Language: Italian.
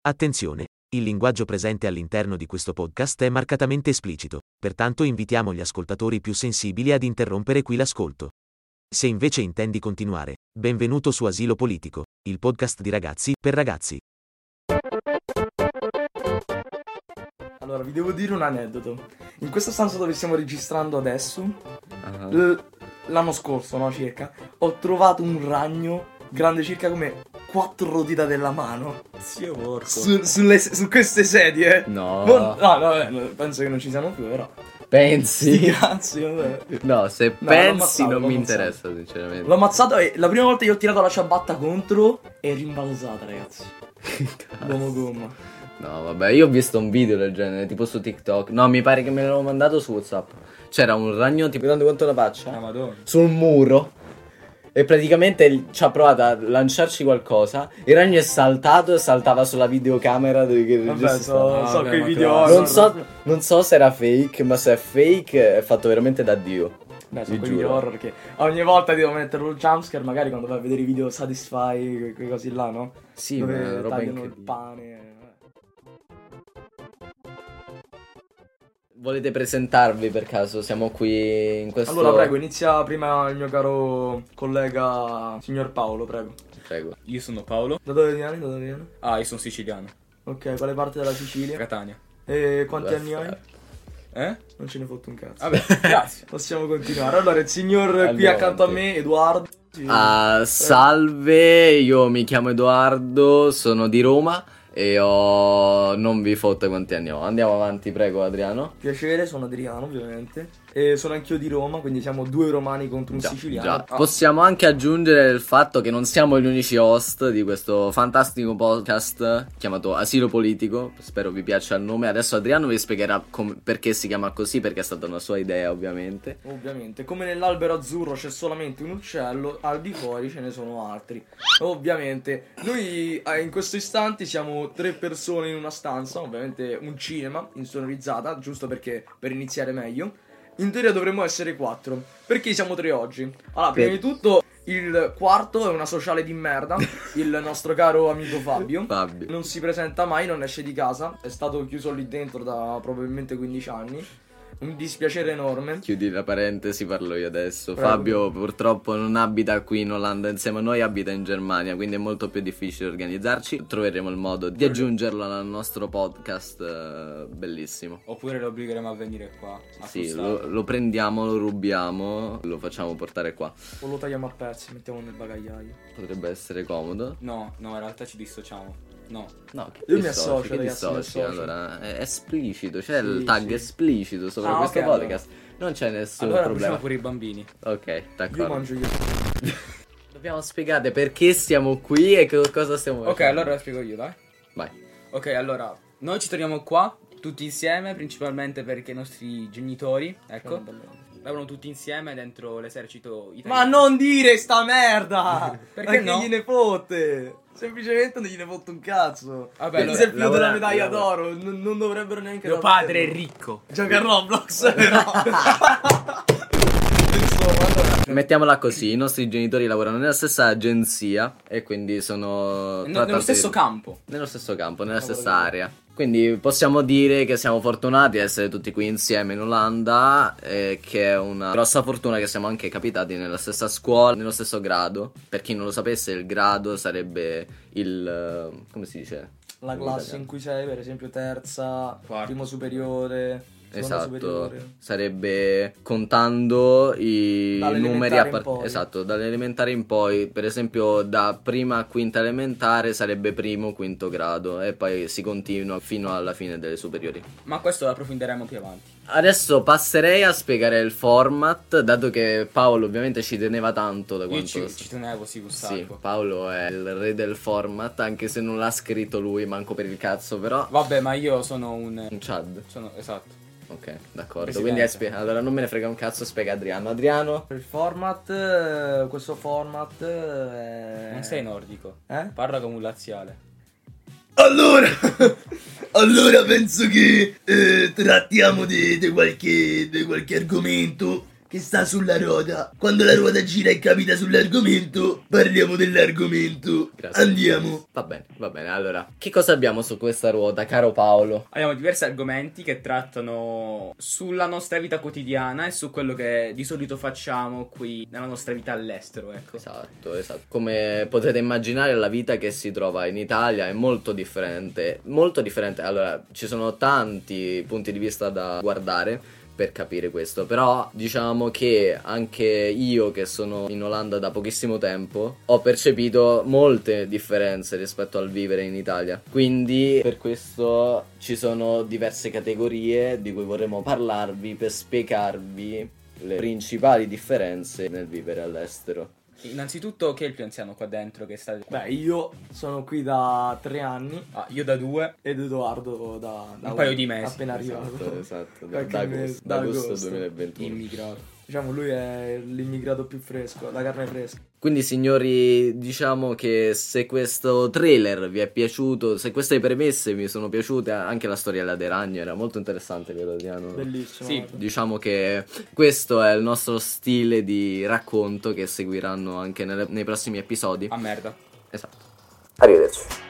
Attenzione, il linguaggio presente all'interno di questo podcast è marcatamente esplicito, pertanto invitiamo gli ascoltatori più sensibili ad interrompere qui l'ascolto. Se invece intendi continuare, benvenuto su Asilo Politico, il podcast di ragazzi per ragazzi. Allora, vi devo dire un aneddoto. In questo stanza dove stiamo registrando adesso, Ah, l- l'anno scorso, no, circa, ho trovato un ragno grande circa come quattro dita della mano Zio porco. su, sulle- su queste sedie. No. Mo- no, no, vabbè, no, penso che non ci siamo più, però. Sì, Pensi? grazie. vabbè. No, se l'ho pensi ammazzato, non l'ho mi ammazzato. interessa, sinceramente. L'ho ammazzato e la prima volta che ho tirato la ciabatta contro è rimbalzata, ragazzi. L'uomo gomma. No, vabbè, io ho visto un video del genere, tipo su TikTok. No, mi pare che me l'hanno mandato su WhatsApp. C'era un ragno tipo tanto quanto la Ah, faccia madonna. sul muro. E praticamente ci ha provato a lanciarci qualcosa. Il ragno è saltato e saltava sulla videocamera. Dove che Vabbè, regista stava. so, Ah, so vabbè, quei ma video. claro. horror. non, so, non so se era fake, ma se è fake è fatto veramente da Dio. Beh, sono Vi quei video giuro. horror che ogni volta ti devo mettere un jumpscare, magari quando vai a vedere i video Satisfy, que- quei cosi là, no? Sì, Dove ma roba tagliano il incredibile. pane. eh. Volete presentarvi per caso? Siamo qui in questo. Allora, prego, inizia prima il mio caro collega, signor Paolo, prego. Prego. Io sono Paolo. Da dove viene? Da dove viene? Ah, io sono siciliano. Ok, quale parte della Sicilia? Catania. E quanti anni Basta. hai? Eh? Non ce ne fotto un cazzo. Vabbè, grazie. Possiamo continuare. Allora, il signor qui Andiamo accanto a avanti. me, Edoardo. Sì. Ah, salve, io mi chiamo Edoardo, sono di Roma e ho. non vi fotte quanti anni ho. Andiamo avanti, prego, Adriano. Piacere, sono Adriano, ovviamente. E sono anch'io di Roma, quindi siamo due romani contro un Già, siciliano. già. Ah, Possiamo anche aggiungere il fatto che non siamo gli unici host di questo fantastico podcast chiamato Asilo Politico. Spero vi piaccia il nome. Adesso Adriano vi spiegherà com- perché si chiama così, perché è stata una sua idea, ovviamente. Ovviamente, come nell'albero azzurro c'è solamente un uccello, al di fuori ce ne sono altri. Ovviamente, noi eh, in questo istante siamo tre persone in una stanza, ovviamente un cinema insonorizzata, giusto perché per iniziare meglio. In teoria dovremmo essere quattro. Perché siamo tre oggi? Allora, prima Per- di tutto, il quarto è una sociale di merda, il nostro caro amico Fabio. Fabio. Non si presenta mai, non esce di casa, è stato chiuso lì dentro da probabilmente 15 anni. Un dispiacere enorme. Chiudi la parentesi, parlo io adesso. Prego. Fabio purtroppo non abita qui in Olanda insieme a noi, abita in Germania, quindi è molto più difficile organizzarci. Troveremo il modo di aggiungerlo al nostro podcast eh, bellissimo. Oppure lo obbligheremo a venire qua. A Sì, frustare. lo, lo prendiamo, lo rubiamo, lo facciamo portare qua. O lo tagliamo a pezzi, mettiamo nel bagagliaio. Potrebbe essere comodo. No, no, in realtà ci dissociamo. No. No, che Io mi dissoci, associo, che ragazzi, mi dissoci? associo. Allora, è è esplicito, c'è Sì, il tag sì. esplicito sopra Ah, questo ok, podcast. Non c'è nessun Allora problema. bruciamo pure i bambini. Ok, d'accordo. Io mangio io. Dobbiamo spiegare perché siamo qui e che cosa stiamo Ok, facendo. allora lo spiego io, dai. Vai. Ok, allora, noi ci troviamo qua tutti insieme, principalmente perché i nostri genitori, ecco, lavorano tutti insieme dentro l'esercito Ma italiano. non dire sta merda! Perché Perché no? gliene fotte? Semplicemente non gliene fotte un cazzo. Quindi Vabbè, allora, si è finito lavora- la medaglia lavora. d'oro. Non, non dovrebbero neanche. Mio davvero. padre è ricco. Gioca a Roblox, però. Insomma, allora. Mettiamola così, i nostri genitori lavorano nella stessa agenzia e quindi sono No, nello trattati- stesso campo. nello stesso campo, nella Cavolo. stessa area. Quindi possiamo dire che siamo fortunati ad essere tutti qui insieme in Olanda e che è una grossa fortuna che siamo anche capitati nella stessa scuola, nello stesso grado. Per chi non lo sapesse, il grado sarebbe il eh, come si dice? La In classe italiano. in cui sei, per esempio, terza, Quarto. primo superiore, seconda Esatto, superiore. sarebbe contando i Dall'elementare numeri a in par- poi. Esatto, dall'elementare in poi, per esempio da prima a quinta elementare sarebbe primo, quinto grado e poi si continua fino alla fine delle superiori. Ma questo lo approfondiremo più avanti. Adesso passerei a spiegare il format, dato che Paolo ovviamente ci teneva tanto da Io quanto... ci, ci tenevo, sì, un sì, sacco. Paolo è il re del format, anche se non l'ha scritto lui, manco per il cazzo, però... Vabbè, ma io sono un... Un Chad. Sono, esatto. Ok, d'accordo. Presidente. Quindi hai spie- allora non me ne frega un cazzo, spiega Adriano. Adriano. Il format, eh, questo format è... Non sei nordico. Eh? Parla come un laziale. Allora, allora penso che eh, trattiamo di, di qualche, di qualche argomento che sta sulla ruota. Quando la ruota gira e capita sull'argomento, parliamo dell'argomento. Grazie. Andiamo. Va bene, va bene. Allora, che cosa abbiamo su questa ruota, caro Paolo? Abbiamo diversi argomenti che trattano sulla nostra vita quotidiana e su quello che di solito facciamo qui nella nostra vita all'estero, ecco. Esatto, esatto. Come potete immaginare, la vita che si trova in Italia è molto differente. Molto differente. Allora, ci sono tanti punti di vista da guardare per capire questo. Però diciamo che anche io che sono in Olanda da pochissimo tempo ho percepito molte differenze rispetto al vivere in Italia. Quindi per questo ci sono diverse categorie di cui vorremmo parlarvi per spiegarvi le principali differenze nel vivere all'estero. Innanzitutto, chi è il più anziano qua dentro che sta... Beh, io sono qui da tre anni Ah, io da due. ed Edoardo da, da Un paio di mesi. Appena arrivato. Esatto, esatto, da, Qualche da agosto, mese, da da agosto agosto. 2021. Immigrato. Diciamo, lui è l'immigrato più fresco, la carne fresca. Quindi signori, diciamo che se questo trailer vi è piaciuto, se queste premesse vi sono piaciute, anche la storiella dei ragno era molto interessante, vero Diano? Bellissimo. Sì, guarda. Diciamo che questo è il nostro stile di racconto che seguiranno anche nelle- nei prossimi episodi. A Ah, merda. Esatto. Arrivederci.